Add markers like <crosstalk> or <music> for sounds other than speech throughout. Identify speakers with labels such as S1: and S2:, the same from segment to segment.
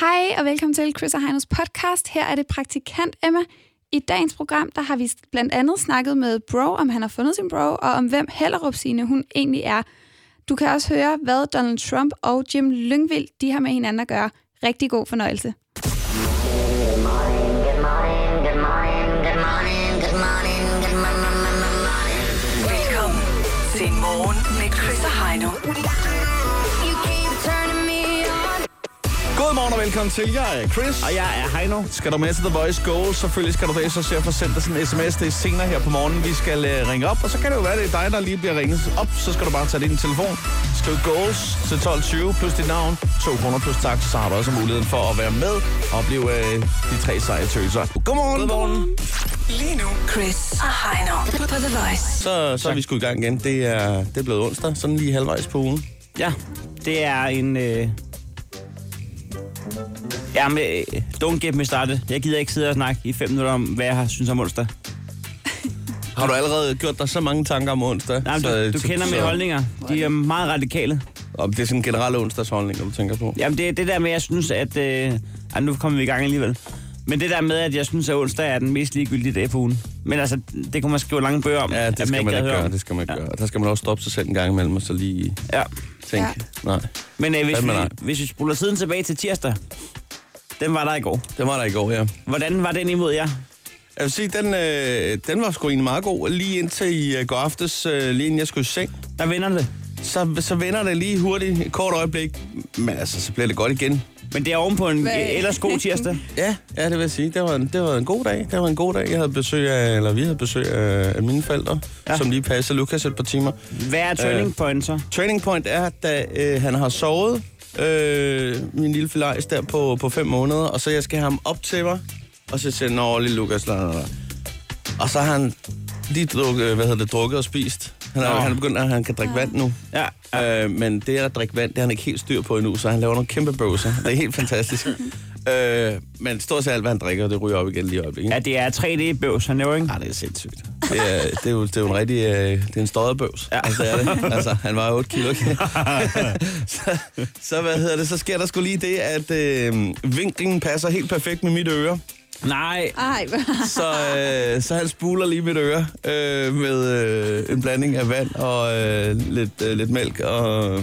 S1: Hej og velkommen til Chris og Heinos podcast. Her er det praktikant Emma. I dagens program der har vi blandt andet snakket med Bro, om han har fundet sin bro, og om hvem Hellerup sine hun egentlig er. Du kan også høre, hvad Donald Trump og Jim Lyngvild de har med hinanden at gøre. Rigtig god fornøjelse.
S2: Velkommen til Morgen med Chris og Heino.
S3: Godmorgen og velkommen til. Jeg er Chris.
S4: Og jeg er Heino.
S3: Skal du med til The Voice Go, selvfølgelig skal du det, så ser for sende dig sådan en sms. Det er senere her på morgenen, vi skal uh, ringe op. Og så kan det jo være, det er dig, der lige bliver ringet op. Så skal du bare tage din telefon, skriv goals til 12.20, plus dit navn, 2 kroner plus tak. Så har du også muligheden for at være med og blive uh, de tre seje tøser. Godmorgen. Godmorgen.
S2: Lige nu, Chris og Heino på The Voice.
S3: Så, så er vi sgu i gang igen. Det er, det er blevet onsdag, sådan lige halvvejs på ugen.
S4: Ja, det er en... Øh... Jamen, øh, don't get me started. Jeg gider ikke sidde og snakke i fem minutter om, hvad jeg har synes om onsdag.
S3: Har du allerede gjort dig så mange tanker om onsdag?
S4: Nej, men
S3: så, øh,
S4: du, du
S3: så-
S4: kender
S3: så-
S4: mine holdninger. De er meget radikale.
S3: Om det er sådan en generel onsdagsholdning, du tænker på.
S4: Jamen, det er det der med, at jeg synes, at... Øh... Ej, nu kommer vi i gang alligevel. Men det der med, at jeg synes, at onsdag er den mest ligegyldige dag på ugen. Men altså, det kunne man skrive lange bøger om.
S3: Ja,
S4: at
S3: det skal man
S4: gad
S3: ikke
S4: høre
S3: gøre,
S4: om.
S3: det skal man ikke gøre. Og der skal man også stoppe sig selv en gang imellem, og så lige
S4: Ja.
S3: tænke,
S1: Ja.
S3: nej,
S4: Men øh, hvis,
S3: Fandme
S4: vi,
S3: nej.
S4: hvis vi spoler tiden tilbage til tirsdag, den var der i går.
S3: det var der i går, ja.
S4: Hvordan var den imod jer?
S3: Jeg vil sige, den, øh, den var sgu egentlig meget god. Lige indtil i øh, går aftes, øh, lige inden jeg skulle i seng,
S4: Der vinder det.
S3: så, så vender det lige hurtigt et kort øjeblik. Men altså, så bliver det godt igen.
S4: Men det er ovenpå en e-
S1: Hvad?
S4: ellers god tirsdag.
S3: Ja, ja, det vil jeg sige. Det var, en, det var en god dag. Det var en god dag. Jeg havde besøg af, eller vi havde besøg af, af mine forældre,
S4: Ja.
S3: ja. som lige passede Lukas et par timer.
S4: Hvad er
S3: Øh.
S4: turning point så?
S3: Training point er, da øh, han har sovet øh, min lille filajs der på, på fem måneder, og så jeg skal have ham op til mig, og så siger jeg, nå, lille Lukas, la, la, la." Og så har han lige druk, øh, hvad hedder det, drukket og spist. Han er,
S4: Nå.
S3: han er begyndt, at han kan drikke vand nu.
S4: Ja.
S3: Øh, men det at drikke vand, det er han ikke helt styr på endnu, så han laver nogle kæmpe bøvser. Det er helt
S4: <laughs>
S3: fantastisk. øh, men stort set alt, hvad han drikker, det ryger op igen lige i øjeblikket.
S4: Ja, det er 3D-bøvs, han laver, ikke?
S3: Ah, det er sindssygt. Det er, det er, jo, det er jo en rigtig... Øh, det er en støjet bøvs. Ja. Altså, det er det. altså, han var 8
S4: <laughs>
S3: kilo. ikke? så, så, hvad hedder det? Så sker der sgu lige det, at øh, vinklingen passer helt perfekt med mit øre.
S4: Nej.
S1: Ej,
S3: Så, øh, så han spuler lige mit øre øh, med øh, en blanding af vand og øh, lidt, øh, lidt mælk. Og,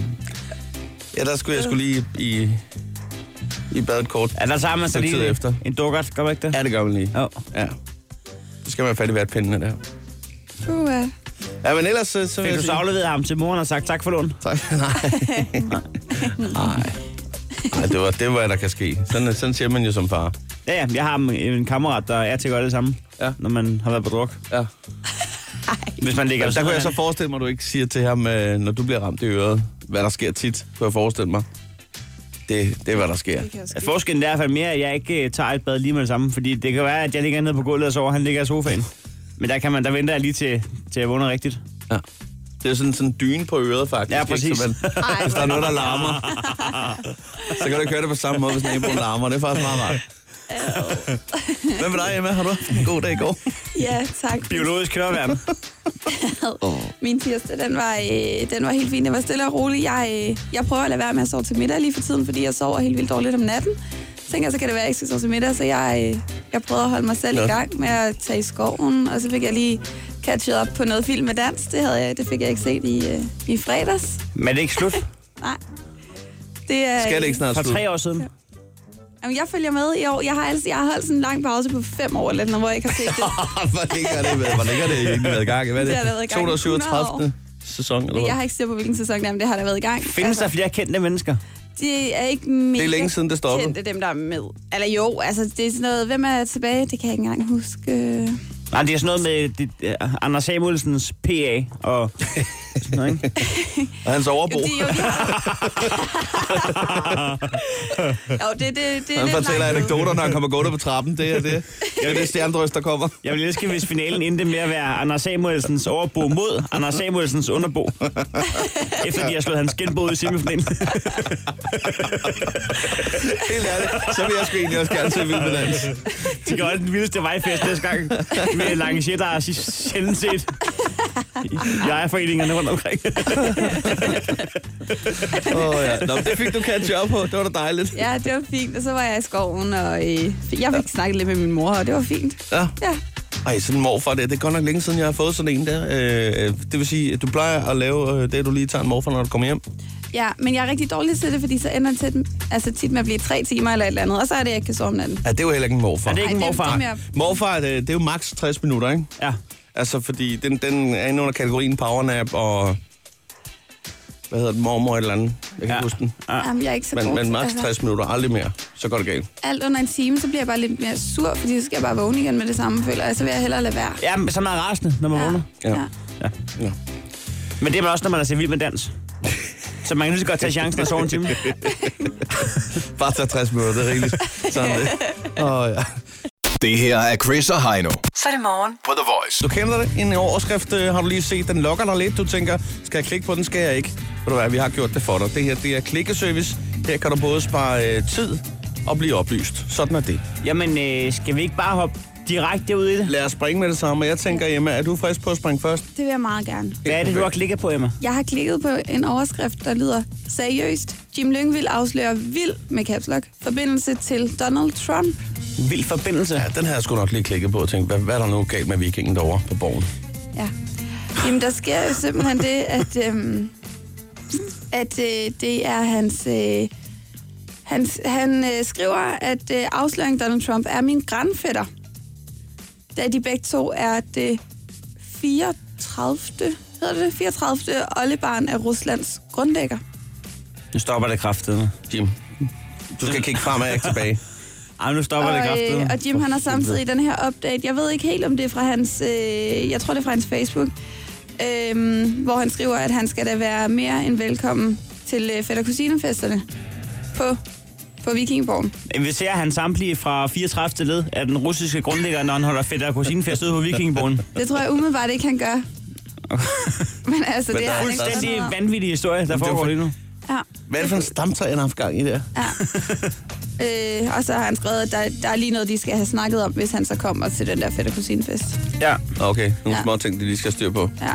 S3: ja, der skulle jeg skulle lige i, i badet kort.
S4: Ja, der tager man så
S3: Stykke
S4: lige
S3: tid
S4: en-
S3: efter.
S4: en dukkert, gør man ikke det?
S3: Ja, det gør man lige.
S4: Jo.
S3: Ja. Så skal man have fat i værtpindene der.
S1: puha.
S3: Ja, men ellers øh, så... så vil
S4: Fik
S3: jeg
S4: du så
S3: sige-
S4: afleveret ham til moren og sagt tak for lån?
S3: Tak. Nej. Nej. Nej, det var, det var, hvad der kan ske. Sådan, sådan siger man jo som far.
S4: Ja, ja, jeg har en- en kammerat, der er til at gøre det samme,
S3: Ja.
S4: når man har været på druk.
S3: Ja.
S4: Hvis man ligger
S3: altså, Der kunne jeg så
S4: sådan-
S3: forestille mig, at du ikke siger til ham, øh, når du bliver ramt i øret, hvad der sker tit, kunne jeg forestille mig. Det, det er, hvad der sker.
S4: Ja, Forskellen er i hvert fald mere, at jeg ikke øh, tager et bad lige med det samme, fordi det kan være, at jeg ligger nede på gulvet og sover, og han ligger i sofaen. Men der, kan man, der venter jeg lige til, til jeg vågner rigtigt.
S3: Ja. Det er sådan sådan en dyne på øret, faktisk.
S4: Ja,
S3: ikke?
S4: præcis.
S3: Så man,
S1: Ej,
S3: hvis der er noget, der larmer, <laughs> så kan du køre det på samme måde, hvis naboen larmer. Det er faktisk meget rart. Hvad med dig, Emma? Har du haft en god dag i går?
S1: ja, tak.
S4: Biologisk køreværm.
S1: Min tirsdag, den var, øh, den var helt fin. Den var stille og rolig. Jeg, øh, jeg prøver at lade være med at sove til middag lige for tiden, fordi jeg sover helt vildt dårligt om natten. Så tænker jeg, så kan det være, at jeg ikke skal sove til middag, så jeg, øh, jeg prøvede at holde mig selv
S3: Nå.
S1: i gang med at tage i skoven, og så fik jeg lige catchet op på noget film med dans. Det, havde jeg, det fik jeg ikke set i, øh, i fredags.
S4: Men er det ikke slut?
S1: Nej. Det er, øh,
S3: Skal det ikke snart
S4: For
S3: slutte?
S4: tre år siden.
S1: Jamen, jeg følger med i år. Jeg har, altså, jeg har holdt sådan en lang pause på fem år, eller noget, hvor jeg ikke har set
S3: <laughs>
S1: det.
S3: Hvor længe har det været? Hvor længe har det egentlig været i gang? Hvad er det?
S1: Det har været i gang i
S3: 237. sæson, eller
S1: Men jeg har
S3: hvad?
S1: ikke set på, hvilken sæson det er, men det har da været i gang.
S4: Findes der flere kendte mennesker?
S1: Det er ikke mega
S3: Det er længe siden, det stoppede.
S1: kendte, dem der er med. Eller jo, altså det er sådan noget, hvem er tilbage, det kan jeg ikke engang huske.
S4: Nej, det er sådan noget med det, uh, Anders Samuelsens PA og sådan noget, ikke?
S3: Og hans
S1: Jo,
S3: overbo.
S1: det, er jo, de
S3: <laughs>
S1: jo, det, det, det, det er
S3: Han
S1: lidt
S3: fortæller
S1: langt ude.
S3: anekdoter, når han kommer gående på trappen. Det
S1: <laughs>
S3: er det. Det er det stjernedrys, der kommer. <laughs>
S4: Jeg ville elske, hvis finalen endte med at være Anders Samuelsens overbo mod Anders Samuelsens underbo. Efter de har slået hans genbo ud i semifinalen.
S3: Helt ærligt. Så vil jeg sgu egentlig også gerne se Vild med
S1: <laughs>
S3: Dans.
S4: De gør den vildeste vejfest næste gang med lange shit, der er sjældent set. Jeg er foreningerne rundt omkring.
S3: Åh, oh, ja. Nå, men det fik du catch up på. Det var da dejligt.
S1: Ja, det var fint. Og så var jeg i skoven, og øh, jeg fik snakket lidt med min mor, og det var fint.
S3: Ja.
S1: Ja.
S3: Ej, sådan en morfar der. Det er godt nok længe siden, jeg har fået sådan en der. Øh, øh, det vil sige, at du plejer at lave øh, det, at du lige tager en morfar, når du kommer hjem.
S1: ja, men jeg er rigtig dårlig til det, fordi så ender det tit, altså tit med at blive tre timer eller et eller andet, og så er det, jeg ikke kan sove om natten.
S3: Ja, det er jo heller ikke en morfar.
S4: Er det ikke en
S1: Ej, det-
S4: morfar?
S1: det er mere-
S3: Morfar, det, det er jo maks 60 minutter, ikke?
S4: Ja.
S3: Altså, fordi den, den er inde under kategorien powernap og... Hvad hedder det? Mormor eller andet. Jeg kan ikke
S4: Ja.
S3: huske den.
S4: Ja.
S1: Jamen, jeg er ikke så
S3: Men,
S1: god.
S3: men maks
S1: Altså,
S3: 60 minutter, aldrig mere. Så går det galt.
S1: Alt under en time, så bliver jeg bare lidt mere sur, fordi så skal jeg bare vågne igen med det samme, føler jeg. Så vil jeg hellere lade være.
S4: ja, men så er man rasende, når man ja. vågner.
S1: Ja.
S3: Ja.
S1: ja.
S4: Ja.
S3: Ja.
S4: Men det er man også, når man er så vild med dans. Så man kan lige så godt tage chancen og sove en time.
S3: Bare tage 60 minutter, det
S1: <laughs>
S3: er rigeligt. Sådan er det. Åh, ja.
S5: Det her er Chris og Heino
S2: Så er det morgen.
S5: på The Voice.
S3: Du kender det. En overskrift øh, har du lige set. Den lokker dig lidt. Du tænker, skal jeg klikke på den? Skal jeg ikke? Ved du hvad, vi har gjort det for dig. Det her, det er klikkeservice. Her kan du både spare øh, tid og blive oplyst. Sådan er det.
S4: Jamen, øh, skal vi ikke bare hoppe direkte ud i det?
S3: Lad os springe med det samme. Jeg tænker, Emma, er du frisk på at springe først?
S1: Det vil jeg meget gerne.
S4: Hvad er det, du har klikket på, Emma?
S1: Jeg har klikket på en overskrift, der lyder Seriøst, Jim Lyngvild afslører vild med caps lock. Forbindelse til Donald Trump.
S4: Vild forbindelse.
S3: Ja, den har jeg sgu nok lige klikket på og tænkt, hvad, hvad er der nu galt med vikingen derovre på borgen?
S1: Ja. Jamen, der sker jo simpelthen det, at, øhm, at øh, det er hans... Øh, hans han øh, skriver, at øh, afsløringen Donald Trump er min grandfætter. Da de begge to er det 34. hedder det 34. oldebarn af Ruslands grundlægger.
S4: Nu stopper det kraftedeme.
S3: Jim, du skal kigge fremad og ikke <laughs> tilbage.
S4: Ej, nu stopper det
S1: Og,
S4: kraftedeme.
S1: øh, og Jim, han har samtidig i den her update. Jeg ved ikke helt, om det er fra hans... Øh, jeg tror, det er fra hans Facebook. Øh, hvor han skriver, at han skal da være mere end velkommen til øh, fætter kusinefesterne på, på Vikingborg.
S4: Inviterer han samtlige fra 34. led af den russiske grundlægger, når han holder fedt og kusinefest ude på Vikingborgen.
S1: Det tror jeg umiddelbart ikke, han
S3: <laughs>
S1: gør. Men altså,
S3: Men
S1: det
S3: der
S1: er
S3: er
S1: han ikke sådan
S3: fuldstændig
S4: Fuldstændig
S1: noget.
S4: vanvittig historie, der
S3: var
S4: foregår
S3: for-
S4: lige nu.
S1: Ja.
S3: Hvad er det for en stamtræ, han har haft gang i der?
S1: Ja. Øh, og så har han skrevet, at der, der er lige noget, de skal have snakket om, hvis han så kommer til den der fætter kusinefest.
S4: Ja.
S3: Okay, nogle
S1: Ja.
S3: små ting, de lige skal styre på.
S1: Ja.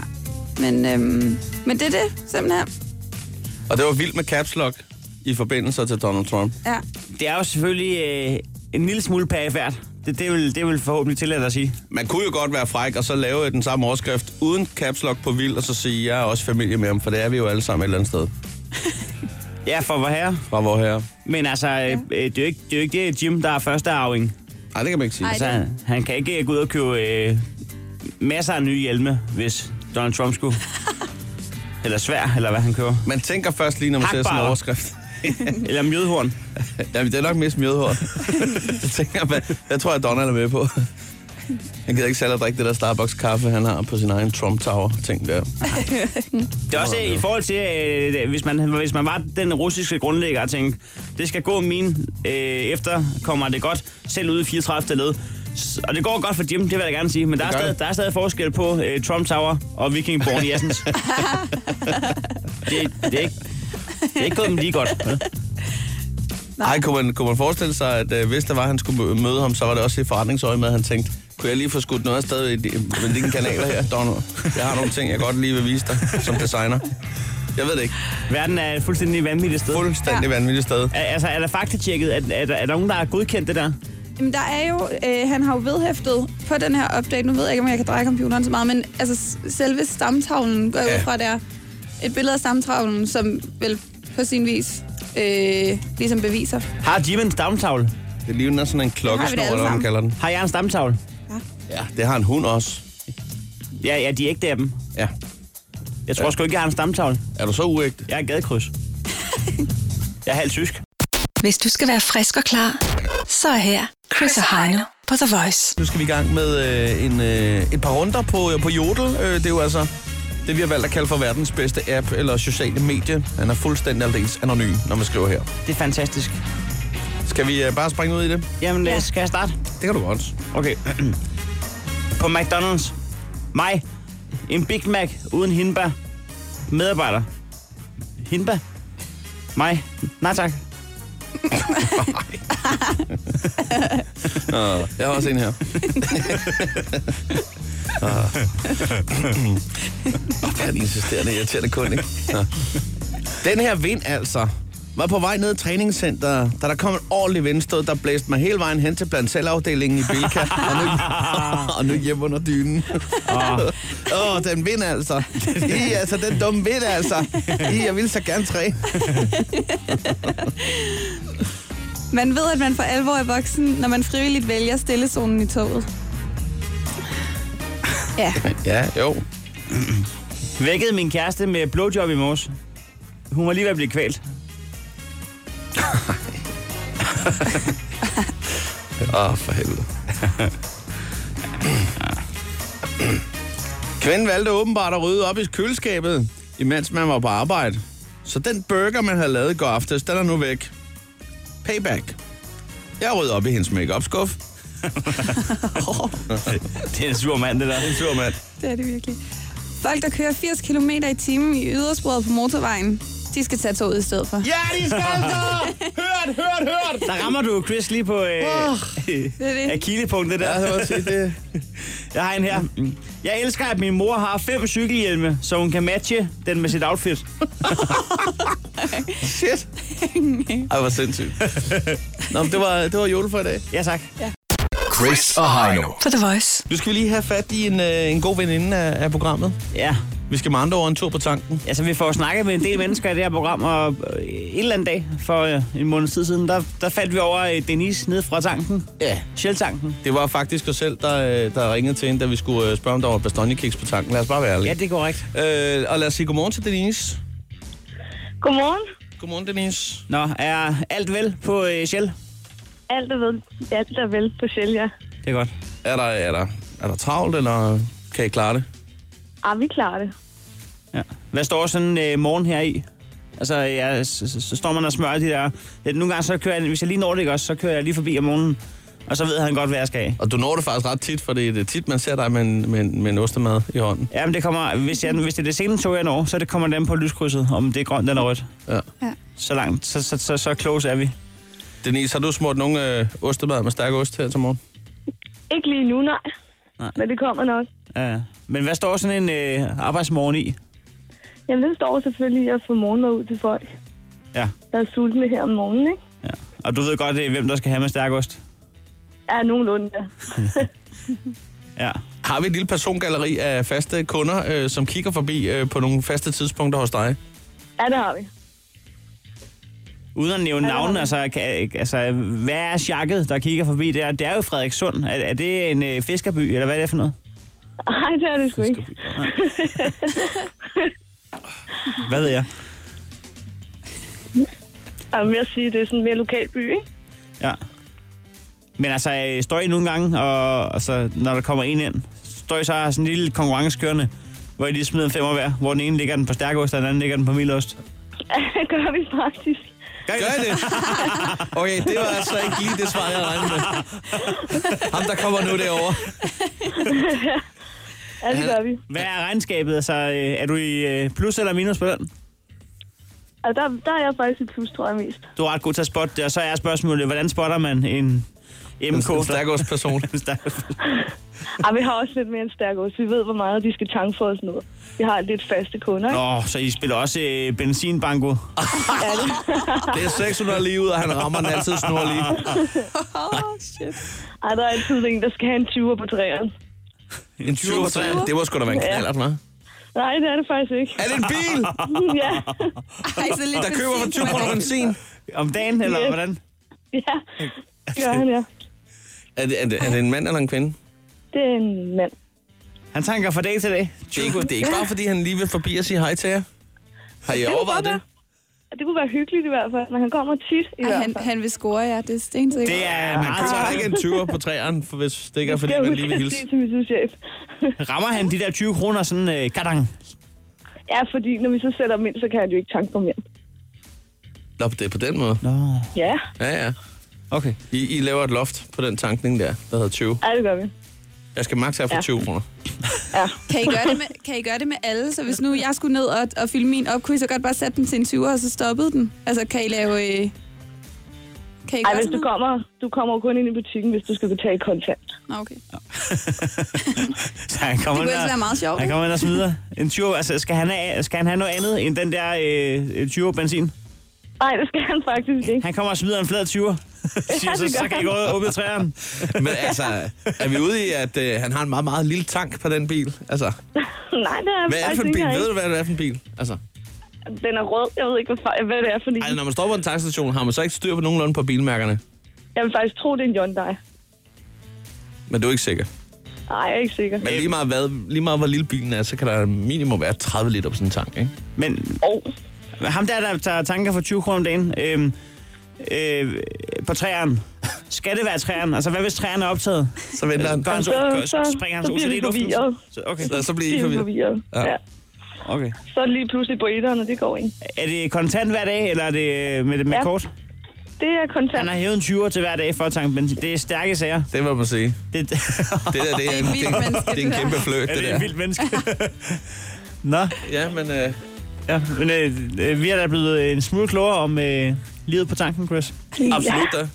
S1: Men, øhm, men det er det, simpelthen.
S3: Og det var vildt med caps lock i forbindelse til Donald Trump.
S1: Ja.
S4: Det er jo selvfølgelig øh, en lille smule perifært. Det, det, vil, det vil forhåbentlig tillade at sige.
S3: Man kunne jo godt være fræk og så lave den samme overskrift uden caps lock på vild, og så sige, jeg er også familie med ham, for det er vi jo alle sammen et eller andet sted.
S4: Ja, for hvor herre.
S3: Fra hvor her?
S4: Men altså, øh, øh, det, er jo ikke, det er jo ikke det, Jim, der er første arving.
S3: Nej, det kan man ikke sige.
S1: Ej.
S4: Altså, han, han kan ikke gå ud og købe øh, masser af nye hjelme, hvis Donald Trump skulle.
S3: <laughs>
S4: eller svær, eller hvad han køber.
S3: Man tænker først lige, når man ser sådan en
S4: Hakbarer.
S3: <laughs> overskrift.
S4: Eller mjødhorn.
S3: <laughs> Jamen, det er nok mest mjødhår.
S1: <laughs>
S3: jeg tænker, hvad, hvad tror jeg, Donald er med på? Han gider ikke selv at drikke det der Starbucks-kaffe, han har på sin egen Trump Tower-ting der.
S4: Det er også øh, i forhold til, øh, hvis, man, hvis man var den russiske grundlægger og tænkte, det skal gå min øh, efter, kommer det godt, selv ude i 34. led. S- Og det går godt for Jim, det vil jeg gerne sige, men der, er
S3: gør
S4: stadig,
S3: det.
S4: der er stadig forskel på øh, Trump Tower og Vikingborn
S3: <laughs>
S4: i Assens. det, det, er ikke, det er ikke gået dem lige godt. vel?
S3: Nej, kunne man, kunne man forestille sig, at øh, hvis der var, han skulle mø- møde ham, så var det også i forretningsøje med, at han tænkte, kunne jeg lige få skudt noget afsted i de- med dine kanaler her, Donald? Jeg har nogle ting, jeg godt lige vil vise dig som designer. Jeg ved det ikke.
S4: Verden er et fuldstændig vanvittigt sted.
S3: Fuldstændig vanvittigt sted.
S4: Er, altså, er der faktatjekket? Er, er, der, er der nogen, der har godkendt det der?
S1: Jamen, der er jo, øh, han har jo vedhæftet på den her update, nu ved jeg ikke, om jeg kan dreje computeren så meget, men altså s- selve stamtavlen går jeg
S3: Ja.
S1: ud fra, der et billede af stamtavlen, som vel på sin vis øh, ligesom beviser.
S4: Har Jim en stamtavle?
S3: Det ligner sådan en
S1: har vi
S3: klokkesnor,
S1: det alle
S3: eller hvad man
S1: sammen.
S3: kalder den.
S4: Har jeg en stamtavle?
S3: Ja, det har en hund også.
S4: Ja, ja, de er ægte af dem.
S3: Ja.
S4: Jeg tror sgu ikke, jeg har en stamtavle.
S3: Er du så uægte?
S4: Jeg er gadekryds. jeg er halvt tysk.
S6: Hvis du skal være frisk og klar, så er her Chris og Heino på The Voice.
S3: Nu skal vi i gang med øh, en, øh, et par runder på, øh, på Jodel. Øh, det er jo altså det, vi har valgt at kalde for verdens bedste app eller sociale medie. Den er fuldstændig aldeles anonym, når man skriver her.
S4: Det er fantastisk.
S3: Skal vi øh, bare springe ud i det?
S4: Jamen, ja. skal jeg starte?
S3: Det kan du godt.
S4: Okay. <clears throat> På McDonald's. Mig. En Big Mac uden hindbær. Medarbejder. Hindbær? Mig. Nej tak.
S3: Jeg har også en her. Han Ah. insisterende irriterende kunde, ikke? Nå. Den her vind altså var på vej ned i træningscenteret, da der kom en ordentlig vindstød, der blæste mig hele vejen hen til blandt selvafdelingen i Bilka, og nu, og nu hjem under dynen. Åh, oh, den vind altså. I, altså, den dumme vind altså. I, jeg ville så gerne træne.
S1: Man ved, at man for alvor er voksen, når man frivilligt vælger stillezonen i toget. Ja,
S3: Ja, jo.
S4: Vækkede min kæreste med blowjob i morges. Hun var lige ved at blive kvalt.
S3: Åh, oh, for helvede. Kvinden valgte åbenbart at rydde op i køleskabet, imens man var på arbejde. Så den burger, man havde lavet i går aftes, den er nu væk. Payback. Jeg rydder op i hendes make skuff
S4: Det er en sur mand, det der. Det er en sur mand.
S1: det er det virkelig. Folk, der kører 80 km i timen i ydersporet på motorvejen, de skal tage toget i stedet for.
S3: Ja, de skal <laughs> altså! Hørt, hørt, hørt!
S4: Der rammer du Chris lige på øh,
S1: Det er det.
S4: akilepunktet
S3: Ja, det
S4: der.
S3: var sige, det.
S4: Jeg har en her. Jeg elsker, at min mor har fem cykelhjelme, så hun kan matche den med sit outfit.
S3: Shit. Ej, hvor sindssygt. Nå, men det var, det var jule for i dag.
S4: Ja, tak.
S5: Chris og Heino.
S6: På The Voice.
S3: Nu skal vi lige have fat i en, øh, en god veninde af, af programmet.
S4: Ja,
S3: Vi skal med andre ord en tur på tanken.
S4: altså vi får snakket med en del mennesker i det her program, og øh, en eller anden dag for øh, en måneds tid siden, der, der faldt vi over øh, Denise ned fra tanken.
S3: Ja.
S4: Shell-tanken.
S3: Det var faktisk os selv, der, øh, der ringede til hende, da vi skulle øh, spørge, om der var bastonjekiks på tanken. Lad os bare være
S4: Ja,
S3: ærlige.
S4: det er korrekt.
S3: Ja. Øh, og lad os sige godmorgen til Denise.
S7: Godmorgen.
S3: Godmorgen, Denise.
S4: Nå, er alt vel på øh, Shell?
S7: Alt er, vel, alt er vel på Shell, ja.
S4: Det er godt.
S3: Er der, er der, er der travlt, eller kan I klare det?
S7: Ah, vi klarer det.
S4: Ja. Hvad står sådan øh, morgen her i? Altså, ja, så, så, så står man og smører de der... Ja, nogle gange, så kører jeg, hvis jeg lige når det ikke også, så kører jeg lige forbi om morgenen. Og så ved han godt, hvad jeg skal af.
S3: Og du når det faktisk ret tit, for det er tit, man ser dig med en, med en, med en ostemad i hånden.
S4: Jamen, det kommer, hvis, jeg, hvis det er det sene tog, jeg når, så det kommer dem på lyskrydset, om det er grønt eller rødt.
S3: Ja.
S1: Ja.
S4: Så langt, så, så, så, så close er vi.
S3: Denise, har du smurt nogle øh, ostemad med stærk ost her til morgen?
S7: Ikke lige nu, nej.
S4: Nej.
S7: nej. Men det kommer nok.
S4: Ja. Men hvad står sådan en øh, arbejdsmorgen i?
S7: Jamen, det står selvfølgelig i at få morgenmad ud til folk,
S4: Ja.
S7: der er sultne her om morgenen, ikke?
S4: ja. Og du ved godt, øh, hvem der skal have med stærkost.
S7: Ja, nogenlunde, <laughs> ja.
S4: Ja.
S3: Har vi et lille persongalleri af faste kunder, øh, som kigger forbi øh, på nogle faste tidspunkter hos dig?
S7: Ja, det har vi.
S4: Uden at nævne navn, altså, kan, altså, hvad er sjakket, der kigger forbi der? Det er jo Frederikssund. Er, er det en øh, fiskerby, eller hvad er det for noget?
S7: Nej, det er det sgu ikke.
S4: Hvad ved jeg?
S7: Jamen, jeg siger, det er sådan en mere lokal by, ikke?
S4: Ja. Men altså, øh, står I nogle gange, og altså, når der kommer en ind, står I så og har sådan en lille konkurrencekørende, hvor I lige smider en femmer hver, hvor den ene ligger den på stærkost, og den anden ligger den på mildost.
S7: Ja, det gør vi faktisk.
S3: Gør I det? Okay, det var altså ikke lige det svar, jeg regnede med. Ham, der kommer nu derovre.
S7: Ja, det gør vi.
S4: Hvad er regnskabet? Altså, øh, er du i øh, plus eller minus på den?
S7: Og der, der er jeg faktisk i plus, tror jeg mest.
S4: Du er ret god til at spotte det, og så er spørgsmålet, hvordan spotter man en MK?
S3: En
S4: <laughs>
S3: stærkost person.
S4: En stærkost.
S7: Ej, vi har også lidt mere end stærk ost. Vi ved, hvor meget de skal tanke for os nu. Vi har lidt faste kunder, ikke?
S4: Nå, så I spiller også øh, benzinbanko.
S3: <laughs> Det er 600 lige ud, og han rammer den altid snor lige.
S1: Oh, shit.
S7: Ej, der er altid en, der skal have en 20'er på træerne.
S3: En 20 på træerne. Det var sgu da være en knallert, hva'?
S7: Nej, det er det faktisk ikke.
S3: Er det en bil,
S7: <laughs> ja,
S1: Ej, så lidt
S3: der køber for
S1: benzin,
S3: 20
S1: man
S3: kroner
S1: ikke-
S3: benzin?
S4: Om dagen, eller
S7: Yes.
S4: hvordan?
S7: ja.
S3: <laughs>
S7: Det gør han, ja.
S3: Er det, er, det, er det en mand eller en kvinde?
S7: Det er en mand.
S4: Han tanker fra dag til dag.
S3: Det er, ikke, det er ikke bare, fordi han lige vil forbi og sige hej til jer. Har I
S7: kunne
S3: overvejet
S7: godt
S3: det?
S7: være. Det kunne være hyggeligt i hvert fald, men han kommer tit i
S1: Ej,
S7: hvert
S1: han,
S7: fald.
S1: han vil score, ja. Det er stensikkert.
S4: Det er
S3: Man
S4: meget
S3: køber
S4: tørt.
S3: ikke en 20 på træerne, for hvis det ikke er, fordi
S7: jeg
S3: man lige vil
S7: huske at
S3: hilse.
S7: sige til min
S3: <laughs>
S7: chef.
S4: Rammer han de der 20 kroner sådan, øh, kadang?
S7: Ja, fordi når vi så sætter dem ind, så kan han jo ikke tanke på mere.
S3: Nå, det er på den måde.
S4: Nå,
S7: Ja,
S3: Ja, ja.
S4: okay.
S3: I, I laver et loft på den tankning der, der hedder 20.
S7: ja det gør vi.
S3: Jeg skal maks have for
S7: Ja.
S3: 20 kroner.
S1: Kan I, gøre det med, kan I gøre det med alle? Så hvis nu jeg skulle ned og, og fylde min op, kunne I så godt bare sætte den til en 20'er, og så stoppede den? Altså, kan I lave... Øh... Kan I
S7: Ej,
S1: gøre
S7: hvis
S1: sådan
S7: du
S1: noget?
S7: kommer, du kommer jo kun ind i butikken, hvis du skal betale kontant.
S1: Nå, okay.
S4: Så han kommer
S1: Det kunne
S4: ind
S1: ellers
S4: og-
S1: være meget sjovt,
S4: Han
S1: ikke?
S4: kommer ind og smider en 20 Altså, skal han, have, skal han have noget andet end den der øh, 20 benzin?
S7: Nej, det skal han faktisk ikke.
S4: Han kommer og smider en flad 20 Siger, så,
S7: det gør
S4: så kan I
S7: han.
S4: gå ud og åbne træerne.
S3: Men altså, er vi ude i, at øh, han har en meget, meget lille tank på den bil? Altså,
S7: Nej, det er han
S3: hvad er det
S7: faktisk
S3: for en bil?
S7: ikke.
S3: Ved du, hvad det er for en bil? Altså,
S7: Den er rød. Jeg ved ikke, hvad, fa- hvad det er for en.
S3: ej, Mm-hmm. Altså, når man står på en tankstation, har man så ikke styr på nogenlunde på bilmærkerne.
S7: Jeg vil faktisk tro, det er en Hyundai.
S3: Men du er ikke sikker.
S7: Nej, jeg er ikke sikker.
S3: Men lige meget, hvad, lige meget hvor lille bilen er, så kan der minimum være 30 liter på sådan en tank, ikke?
S4: Men
S7: Og
S4: ham der, der tager tanker for 20 kroner om dagen, øh, øh, på træerne. Skal det være træerne? Altså, hvad hvis træerne er optaget?
S3: Så venter han.
S4: Gør han så,
S7: Så-
S4: gør, så
S7: så-
S4: springer han
S7: så
S4: så,
S7: bliver
S4: OCD i
S7: vi
S4: luften.
S7: forvirret.
S4: Så, okay,
S3: Så, så bliver I
S7: det er
S3: forvirret.
S7: forvirret.
S3: Ja.
S7: Ja. ja.
S4: okay.
S7: Så er det lige pludselig på etteren, og det går ikke.
S4: Er det kontant hver dag, eller er det øh, med, med
S7: Ja.
S4: kort?
S7: Det er kontant.
S4: Han har hævet en 20'er til hver dag for at tanke benzin. Det er stærke sager.
S3: Det må man sige. Det
S4: Det, <laughs>
S3: der, det er,
S1: Det er
S3: en,
S1: vildt
S3: det, er en-
S1: menneske,
S3: det er en
S1: det
S3: kæmpe
S1: der.
S3: fløjt, det der.
S4: menneske? <laughs> Nå,
S3: Ja, men øh,
S4: ja, men øh, øh, vi er da blevet en smule klogere om øh, livet på tanken, Chris.
S3: absolut da.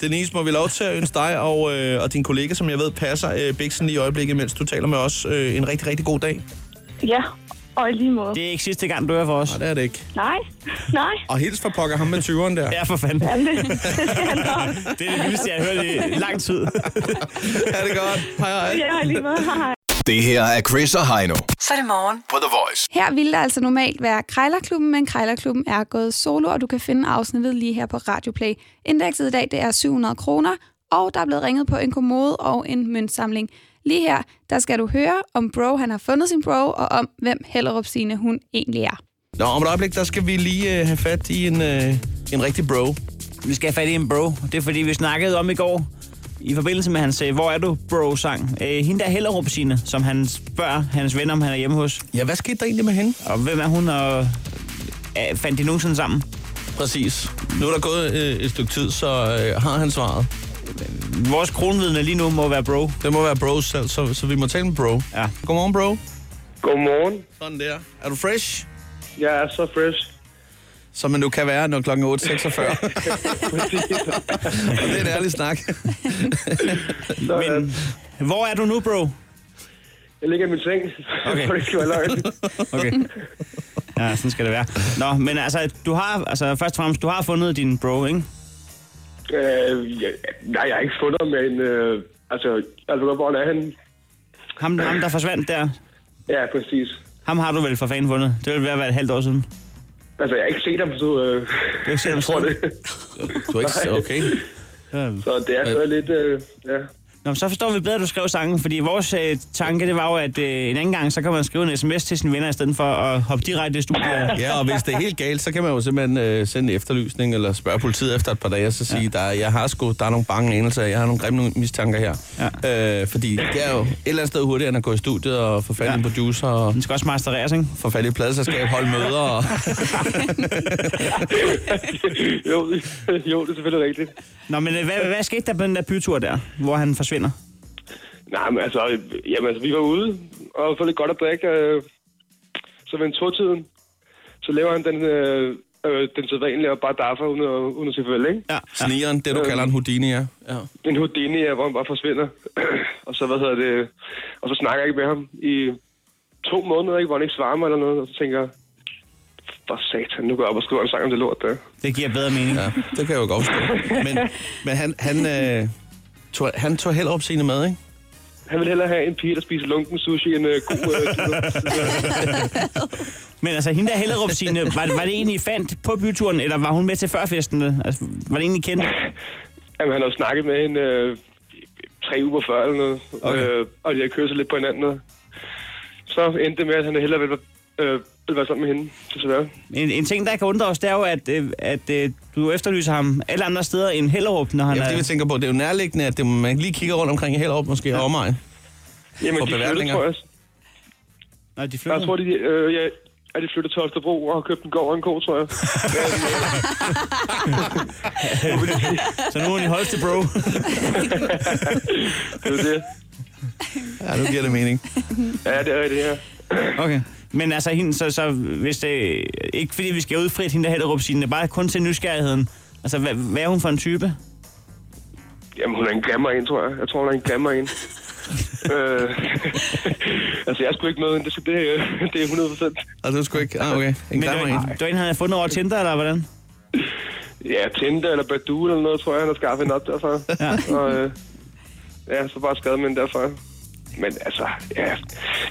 S3: Denise, må vi lov til at ønske dig og, øh, og din kollega, som jeg ved passer øh, Bixen lige i øjeblikket, mens du taler med os, øh, en rigtig, rigtig god dag.
S7: Ja, og i lige måde.
S4: Det er ikke sidste gang, du er for os.
S3: Nej, det er det ikke.
S7: Nej, <laughs> nej.
S3: Og hils fra pokker ham med 20'eren der.
S4: Ja, for fanden.
S7: Jamen, det, <laughs> det skal han nok.
S4: Det er det vildeste, jeg har hørt i lang tid.
S3: er det godt. Hej, hej.
S7: Jeg har lige meget. Hej.
S5: Det her er Chris og Heino
S6: Så er det morgen.
S5: på The Voice.
S1: Her ville der altså normalt være Krejlerklubben, men Krejlerklubben er gået solo, og du kan finde afsnittet lige her på Radioplay. Indekset i dag det er 700 kroner, og der er blevet ringet på en kommode og en møntsamling. Lige her, der skal du høre, om Bro han har fundet sin bro, og om hvem Hellerup sine hun egentlig er.
S3: Nå, om et øjeblik, der skal vi lige øh, have fat i en, øh, en rigtig bro.
S4: <laughs> Vi skal have fat i en bro. Det er fordi, vi snakkede om i går, i forbindelse med hans øh, Hvor er du, bro-sang. Øh, hende der Hellerup sine, som han spørger hans venner, om han er hjemme hos.
S3: Ja, hvad skete der egentlig med hende?
S4: Og hvem er hun, og øh, fandt de nogensinde sammen?
S3: Præcis. Nu er der gået øh, et stykke tid, så øh, har han svaret.
S4: Vores kronvidne lige nu må være bro.
S3: Det må være bros selv, så, så vi må tale med bro.
S4: Ja.
S3: Godmorgen, bro.
S8: Godmorgen.
S3: Sådan der. Er du fresh?
S8: Jeg er så fresh.
S3: Som man nu kan være, når klokken er <laughs> 8.46. Og det er en ærlig snak.
S8: Så, Men...
S4: Men hvor er du nu, bro?
S8: Jeg ligger i min seng,
S4: Okay.
S8: okay. <laughs> for det skal være løgn.
S4: Okay. <laughs> Ja, sådan skal det være. Nå, men altså, du har, altså først og fremmest, du har fundet din bro, ikke?
S8: øh, jeg, nej, jeg har ikke fundet ham, men øh, altså, jeg ved godt, hvor han er henne.
S4: Ham, ham der forsvandt der,
S8: Ja, præcis.
S4: ham har du vel for fanden fundet. Det ville være, være et halvt år siden.
S8: Altså, jeg har ikke set ham, så øh,
S4: Du ser ham
S8: jeg tror
S4: siden.
S8: det.
S3: Du er ikke okay.
S8: Så det er så lidt, øh, ja.
S4: Nå, men så forstår vi bedre, at du skrev sangen, fordi vores øh, tanke, det var jo, at øh, en anden gang, så kan man skrive en sms til sine venner, i stedet for at hoppe direkte i studiet.
S3: Ja, og hvis det er helt galt, så kan man jo simpelthen øh, sende en efterlysning eller spørge politiet efter et par dage, og så sige, ja. der, er- jeg har sgu, der er nogle bange anelser, jeg har nogle grimme mistanker her. Ja. Øh, fordi det er jo et eller andet sted hurtigere, end at gå i studiet og få fat i
S4: Ja.
S3: en producer og
S4: Den skal også mastereres, ikke?
S3: få fat i et pladeselskab, holde møder og...
S8: jo, jo, det er selvfølgelig rigtigt.
S4: Nå, men øh, hvad, hvad skete der på den der bytur der, hvor han forsvinder?
S8: Nej, men altså, øh, jamen, altså vi var ude og få lidt godt at drikke. Øh, så ved en totiden, så laver han den, øh, øh, den sædvanlige og bare daffer uden at, uden at sige farvel, ikke?
S4: <laughs> Ja.
S3: Snigeren, det du kalder en Houdini, ja. ja.
S8: en Houdini, ja, hvor han bare forsvinder. <clears throat> og så, hvad hedder det, og så snakker jeg ikke med ham i to måneder, ikke, hvor han ikke svarer mig eller noget, og så tænker jeg, for satan, nu går jeg op og skriver en sang om det lort der.
S4: Det giver bedre mening. Ja.
S3: Ja, det kan jeg jo godt forstå. Men, men han, han, øh, tog, han tog heller op sine med, ikke?
S8: Han ville hellere have en pige, der spiser lunken sushi, end uh, god uh,
S4: Men altså, hende der Hellerup sine, <laughs> var, var det egentlig I fandt på byturen, eller var hun med til førfesten? Altså, var det egentlig kendt?
S8: Jamen, han har jo snakket med hende øh, tre uger før eller noget, okay. øh, og de har kysset lidt på hinanden. Og så endte det med, at han hellere ville, være- øh, ville være sammen med hende, desværre.
S4: En, en ting, der kan undre os, det er jo, at, øh, at øh, du efterlyser ham alle andre steder end Hellerup, når han
S3: Ja, det vi
S4: er...
S3: tænker på, det er jo nærliggende, at det, man lige kigger rundt omkring i Hellerup, måske ja. omegn.
S8: Jamen,
S3: For
S8: de flyttede,
S3: beværtninger.
S8: tror jeg.
S4: Når de
S8: Jeg
S4: flytter.
S8: tror, de, øh, ja, at de flyttede til Holstebro og har købt en gård og en ko, tror jeg.
S4: Så nu er han i Holstebro.
S8: Det er det.
S3: Ja, nu giver det mening.
S8: Ja, det er det her.
S4: Okay. Men altså, hende, så, så hvis det... Ikke fordi vi skal udfri hende der Hellerup sine, bare kun til nysgerrigheden. Altså, hvad, hvad er hun for en type?
S8: Jamen, hun er en glammer en, tror jeg. Jeg tror, hun er en glammer en. øh, <laughs> altså, jeg er sgu ikke med, det, det, øh, det er 100 procent.
S3: Og du skulle ikke... Ah, okay. En
S4: Men det var,
S3: klammer
S4: en,
S3: en.
S4: det var en, han havde fundet over Tinder, eller hvordan?
S8: Ja, Tinder eller Badoo eller noget, tror jeg, han har skaffet en op derfra. Ja. Og, øh, ja, så bare skrevet med en derfra. Men altså, ja,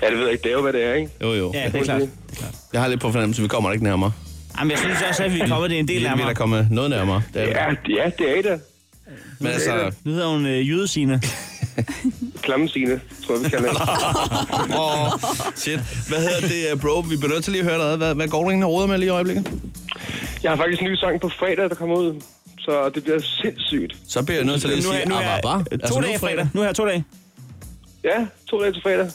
S8: ja, det ved jeg ikke. Det er jo, hvad det er, ikke?
S3: Jo, jo.
S4: Ja, det er klart.
S3: Jeg har lidt på fornemmelse, at vi kommer ikke nærmere.
S4: Jamen, jeg synes også, at vi er kommet det en del
S3: Vi vi er da
S4: nærmere.
S3: kommet noget nærmere. Det er, vi da.
S8: Ja, ja det er I da.
S3: Men
S4: <laughs>
S3: altså...
S4: Nu hedder hun øh, Jydesine.
S8: Klammesine, tror jeg, vi kalder det.
S3: Åh, shit. Hvad hedder det, øh, bro? Vi bliver nødt til lige at høre dig. ad. Hvad, hvad går du egentlig og roder med lige i øjeblikket?
S8: Jeg har faktisk en ny sang på fredag, der kommer ud. Så det bliver sindssygt.
S3: Så bliver jeg nødt til lige at
S4: Nu
S3: sige...
S4: er, nu er, øh,
S3: "Ah, bah, bah." Altså,
S4: to
S3: nu
S4: dage
S3: er
S4: fredag. Nu er her to dage.
S8: Ja, to dage til fredag.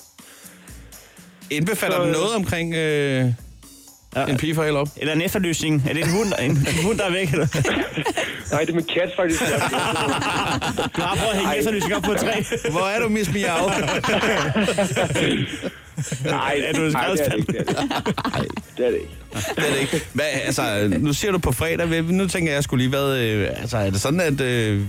S3: Indbefatter den noget omkring øh, en pige fra helt op?
S4: Eller en efterlysning. Er det en hund, en, en hund der er væk? Eller?
S8: Nej, det er min kat, faktisk. Jeg
S4: Du har prøvet at hænge efterlysning op på et træ.
S3: Hvor er du, Miss
S4: <laughs>
S3: Miau?
S4: Nej, er du
S8: Nej,
S4: skrevet
S8: det er det ikke. Det er det ikke. Nej, det
S3: det
S8: er det ikke.
S3: er det ikke. Hvad, altså, nu siger du på fredag. Hvad- Nu tænker jeg, jeg skulle lige hvad... Øh, altså, er det sådan, at... Øh,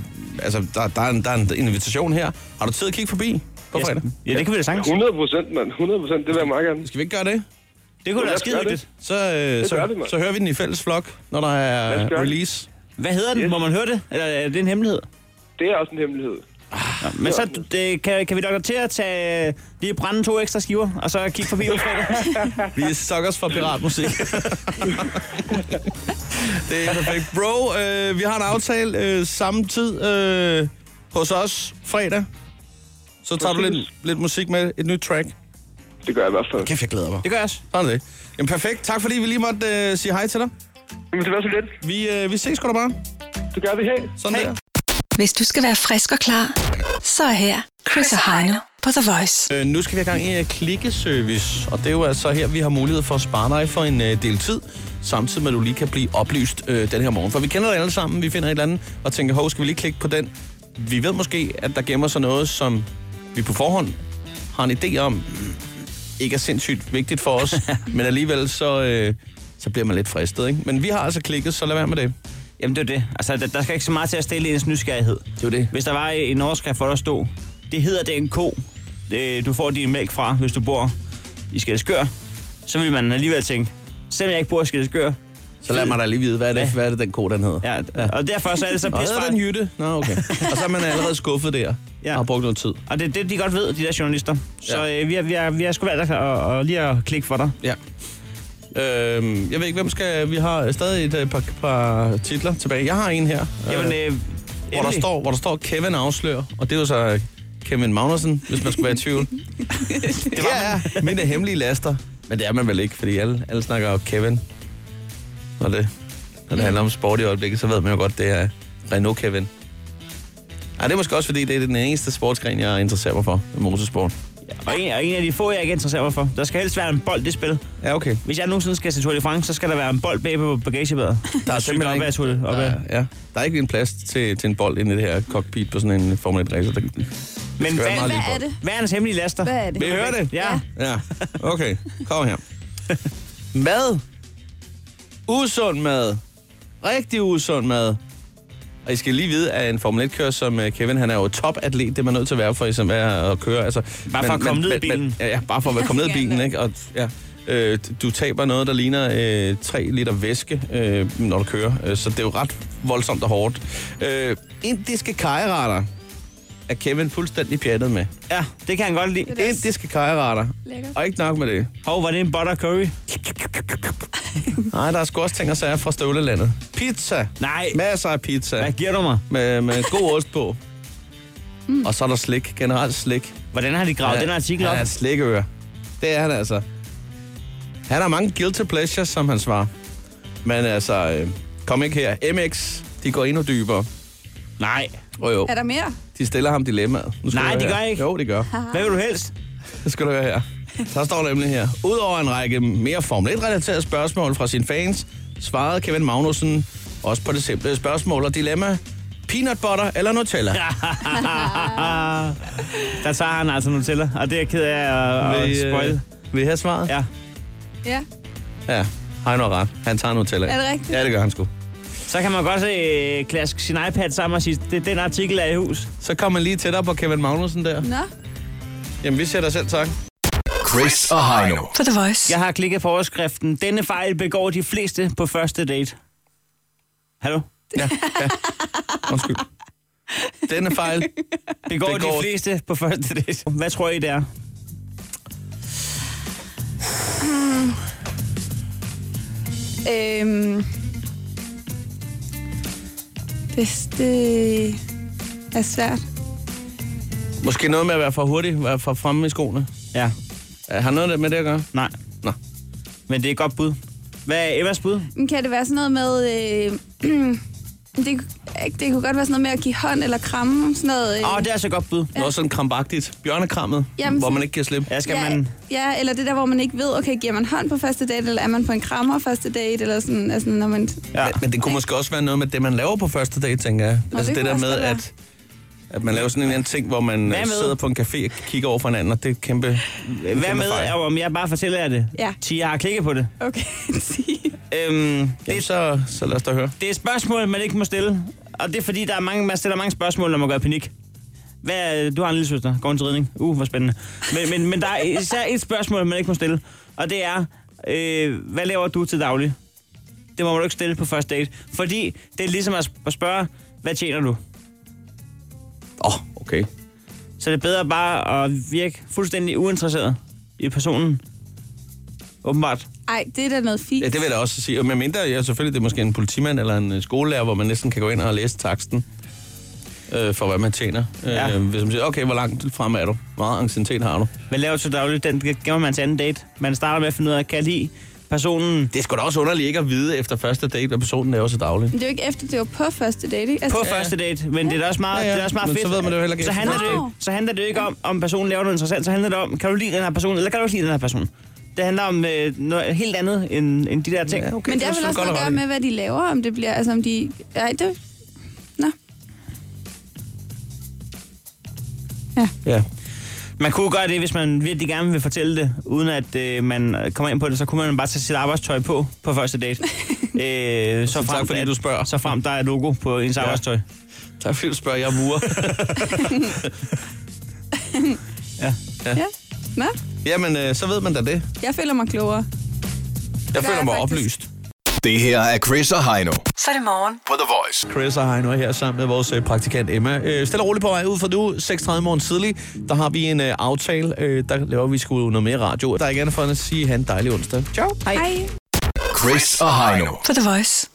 S3: altså, der, der, er en, der er en invitation her. Har du tid at kigge forbi på fredag?
S4: Ja, det kan vi da sagtens.
S8: 100 procent, mand. 100 procent, det vil jeg meget gerne.
S3: Skal vi ikke gøre det?
S4: Det kunne da være skide
S8: Lad os gøre
S3: Så,
S4: hyggeligt.
S3: øh,
S8: gør
S3: så,
S8: vi, mand.
S3: så hører vi den i fælles flok, når der
S8: Lad
S3: er
S8: os gøre det.
S3: release.
S4: Hvad hedder den? Må man høre det? Eller er det en hemmelighed?
S8: Det er også en hemmelighed.
S4: Nå, men så det, kan, kan vi nok til at tage øh, lige brænde to ekstra skiver, og så kigge forbi <laughs> på fredag.
S3: Vi er suckers for
S8: <laughs>
S3: piratmusik. det er perfekt. Bro, øh, vi har en aftale øh, samme tid øh, hos os fredag. Så tager du lidt, lidt musik med, et nyt track.
S8: Det gør jeg i hvert fald.
S3: Kæft, jeg glæder mig.
S4: Det gør jeg også.
S3: Sådan er det. Jamen perfekt. Tak fordi vi lige måtte øh, sige hej til dig.
S8: Men det var så lidt.
S3: Vi, øh, vi ses sgu da bare.
S8: Det gør vi her.
S3: Sådan hey. der.
S6: Hvis du skal være frisk og klar, så er her Chris og Heino på The Voice.
S3: Øh, nu skal vi have gang i uh, klikkeservice, og det er jo altså her, vi har mulighed for at spare dig for en uh, del tid, samtidig med at du lige kan blive oplyst øh, den her morgen. For vi kender det alle sammen, vi finder et eller andet og tænker, hov, skal vi lige klikke på den? Vi ved måske, at der gemmer sig noget, som vi på forhånd har en idé om, Mm, ikke er sindssygt vigtigt for <laughs> os, men alligevel så, øh, så bliver man lidt fristet. Ikke? Men vi har altså klikket, så lad være med det.
S4: Jamen, det er jo det. Altså, der, der skal ikke så meget til at stille ens nysgerrighed.
S3: Det er jo det.
S4: Hvis der var en overskrift, hvor der stod, det hedder det er en ko, det, du får din mælk fra, hvis du bor i Skældskør, så vil man alligevel tænke, selvom jeg ikke bor i Skældskør,
S3: Så lad mig da lige vide, hvad er det, hvad er det den ko, den hedder?
S4: ja, ja. og derfor så er det så
S3: Og
S4: pisse
S3: hedder den Jytte? Nå, <laughs> okay. Og så er man allerede skuffet der,
S4: Ja.
S3: og har brugt noget tid.
S4: Og det er det, de godt ved, de der journalister. Så
S3: Ja.
S4: øh, vi har, vi har, vi har sgu valgt at, at, at lige at klikke for dig.
S3: Ja. Øhm, jeg ved ikke, hvem skal... Vi har stadig et øh, par, par titler tilbage. Jeg har en her, øh,
S4: Jamen, øh,
S3: hvor, der
S4: endelig.
S3: står, hvor der står Kevin afslører, og det er jo så øh, Kevin Magnussen, hvis man skulle være i <laughs> tvivl. det var ja, mine hemmelige laster. Men det er man vel ikke, fordi alle, alle snakker om Kevin. Når det, når det handler om sport i øjeblikket, så ved man jo godt, det er Renault Kevin. Ej, det er måske også, fordi det er den eneste sportsgren, jeg interesserer mig for. Motorsport.
S4: Og en, og en af de få, jeg ikke interesserer mig for. Der skal helst være en bold i spil.
S3: Ja, okay.
S4: Hvis jeg nogensinde skal til Tour de France, så skal der være en bold bag på bagagebæret.
S3: Der er
S4: Cykler op ad Tour op ad.
S3: Der, ja. der er ikke en plads til, til en bold inde i det her cockpit på sådan en Formel 1 racer. Der,
S4: Men
S3: være
S4: hvad,
S3: meget
S1: Hvad er det?
S4: hvad er hans hemmelige laster?
S1: Hvad er det?
S3: Vil I høre det?
S4: Ja.
S1: Ja.
S3: Ja, okay. Kom her. <laughs> Mad. Usund mad. Rigtig usund mad. Og I skal lige vide, at en Formel 1-kører som øh, Kevin, han er jo topatlet. Det er man nødt til at være for, som er at køre. Altså,
S4: Bare for at komme ned i bilen.
S3: ja, ja, bare for at komme ned i bilen. Ikke? Og, ja. øh, du taber noget, der ligner øh, 3 liter væske, øh, når du kører. Øh, Så det er jo ret voldsomt og hårdt. Øh, indiske kajerater er Kevin fuldstændig pjattet med.
S4: ja, det kan han godt lide.
S1: Det er
S3: Indiske kajerater.
S1: Lækkert.
S3: Og ikke nok med det.
S4: Hov, var det en butter curry?
S3: Nej, der er sgu også ting og sager fra støvlelandet. Pizza.
S4: Nej.
S3: Masser af pizza.
S4: Hvad giver du mig?
S3: Med, med god ost på. Mm. Og så er der slik. Generelt slik.
S4: Hvordan har de gravet ja, den artikel op?
S3: Han er et slikører. Det er han altså. Han har mange guilty pleasures, som han svarer. Men altså, øh, kom ikke her. MX, de går endnu dybere.
S4: Nej.
S3: Og jo,
S1: Er der mere?
S3: de stiller ham dilemmaet. Nu skal
S4: Nej,
S3: du høre
S4: de
S3: her.
S4: gør ikke.
S3: Jo, det gør.
S1: Ah.
S4: Hvad vil du helst?
S3: Det skal du høre her. Der står nemlig her. Udover en række mere Formel 1-relaterede spørgsmål fra sine fans, svarede Kevin Magnussen også på det simple spørgsmål og dilemma. Peanut butter eller Nutella? Ja.
S4: Der tager han altså Nutella, og det er jeg ked af at, at
S3: Vil, øh,
S4: spoil.
S3: vil I have svaret?
S4: Ja.
S1: Ja.
S3: ja. Har I noget ret? Han tager Nutella.
S1: Er det rigtigt?
S3: Ja, det gør han sgu.
S4: Så kan man godt øh, klaske sin iPad sammen og sige, det, den artikel er i hus.
S3: Så kom man lige tættere på Kevin Magnussen der.
S1: Nå.
S3: Jamen, vi sætter selv tak.
S5: Chris og Heino.
S6: På The Voice.
S4: Jeg har klikket på overskriften. Denne fejl begår de fleste på første date. Hallo?
S3: Ja, ja. Undskyld.
S1: <laughs>
S3: Denne fejl.
S4: Begår,
S3: Begår-
S4: de fleste på første date. Hvad tror I, det er?
S1: Øhm, det, det er svært.
S3: Måske noget med at være for hurtig, være for fremme i skoene.
S4: Ja.
S3: Øh, Har noget med det at gøre?
S4: Nej.
S3: Nå.
S4: Men det er et godt bud. Hvad er Evas bud?
S1: Men Kan det være sådan noget med... Øh, <clears throat> det, det kunne godt være sådan noget med at give hånd eller kramme. Sådan noget, øh,
S4: Åh, oh, det er så et godt bud.
S3: Noget sådan krampagtigt. Bjørnekrammet,
S1: Jamen,
S3: hvor
S1: så-
S3: man ikke giver slip.
S4: Ja, skal
S1: ja,
S4: man...
S1: ja, eller det der, hvor man ikke ved, okay, giver man hånd på første date, eller er man på en krammer første date, eller sådan, altså, når man...
S3: Ja. Men det kunne måske også være noget med det, man laver på første date, tænker jeg.
S1: Nå,
S3: altså
S1: det
S3: det,
S1: kunne
S3: der
S1: også
S3: med,
S1: godt være.
S3: at, at man laver sådan en eller anden ting, hvor man
S4: Hvad
S3: øh,
S4: med-
S3: sidder på en café og kigger over for hinanden, og det er kæmpe...
S4: Hvad med,
S3: fejl.
S4: om jeg bare fortæller jer det?
S1: Ja.
S4: Tia har klikket på det.
S1: Okay, <laughs> sige.
S4: Øhm,
S3: Jamen, så, så lad os da høre.
S4: det er et spørgsmål, man ikke må stille. Og det er fordi, der er mange, man stiller mange spørgsmål, når man går i panik. Hvad, du har en lille søster. Går hun til ridning? Uh, hvor spændende. Men, men, men der er især et spørgsmål, man ikke må stille. Og det er, øh, hvad laver du til daglig? Det må du ikke stille på første date. Fordi det er ligesom at sp- at spørge, hvad tjener du?
S3: Åh, oh, okay.
S4: Så det er bedre bare at virke fuldstændig uinteresseret i personen. Åbenbart.
S1: Ej, det er da noget fint.
S3: Ja, det vil jeg da også sige. Men mindre, ja, selvfølgelig, det er måske en politimand eller en øh, skolelærer, hvor man næsten kan gå ind og læse taksten øh, for, hvad man tjener.
S4: Ja.
S3: Ja. Øh, hvis man siger, okay, hvor langt frem er du? Hvor meget anciennitet har du?
S4: Hvad laver du til daglig? Den gemmer man til anden date. Man starter med at finde ud af, kan jeg lide personen
S3: Det er sgu da også underligt ikke at vide efter første date, hvad personen laver så dagligt.
S1: Men det er jo ikke efter, det var på første date, ikke? Altså,
S4: på første date, men det er da også meget,
S3: Ja, ja.
S4: Det er også meget
S3: Men
S4: fedt.
S3: så ved man det jo heller ikke
S4: så
S3: efter
S4: handler det,
S1: første
S4: jo-
S1: date.
S4: så handler det jo ikke om, om personen laver noget interessant. Så handler det om, kan du lide den her person, eller kan du ikke lide den her person? Det handler om øh, noget helt andet end, end de der ting.
S3: Ja, okay.
S1: men det
S3: er
S1: har vel også
S3: selvfølgelig godt
S1: noget at
S3: at
S1: gøre
S3: rette i.
S1: med, hvad de laver, om det bliver, altså om de... Ej, det... Nå.
S3: Ja.
S4: Man kunne gøre det, hvis man virkelig gerne vil fortælle det, uden at øh, man kommer ind på det, så kunne man bare tage sit arbejdstøj på på første
S3: <laughs>
S4: date. øh, så frem,
S3: tak, fordi
S4: at-
S3: du spørger.
S4: Så frem, der er et logo på ens ja. arbejdstøj.
S3: Tak fordi du spørger, jeg er murer.
S1: Ja. Nå,
S3: <laughs> Jamen, øh, så ved man da det.
S1: jeg føler mig klogere.
S3: Jeg
S1: gør
S3: føler
S1: jeg
S3: mig
S1: faktisk.
S3: oplyst.
S5: Det her er Chris og Heino.
S6: Så er det morgen.
S5: På The Voice.
S3: Chris og Heino er her sammen med vores øh, praktikant Emma. Øh, stille og roligt på vej ud for nu, 6.30 morgen tidlig. Der har vi en øh, aftale, øh, der laver vi sgu noget mere radio. Der er ikke andet for end at sige, han en dejlig onsdag. Ciao.
S1: Hej.
S5: Chris og Heino.
S6: På The Voice.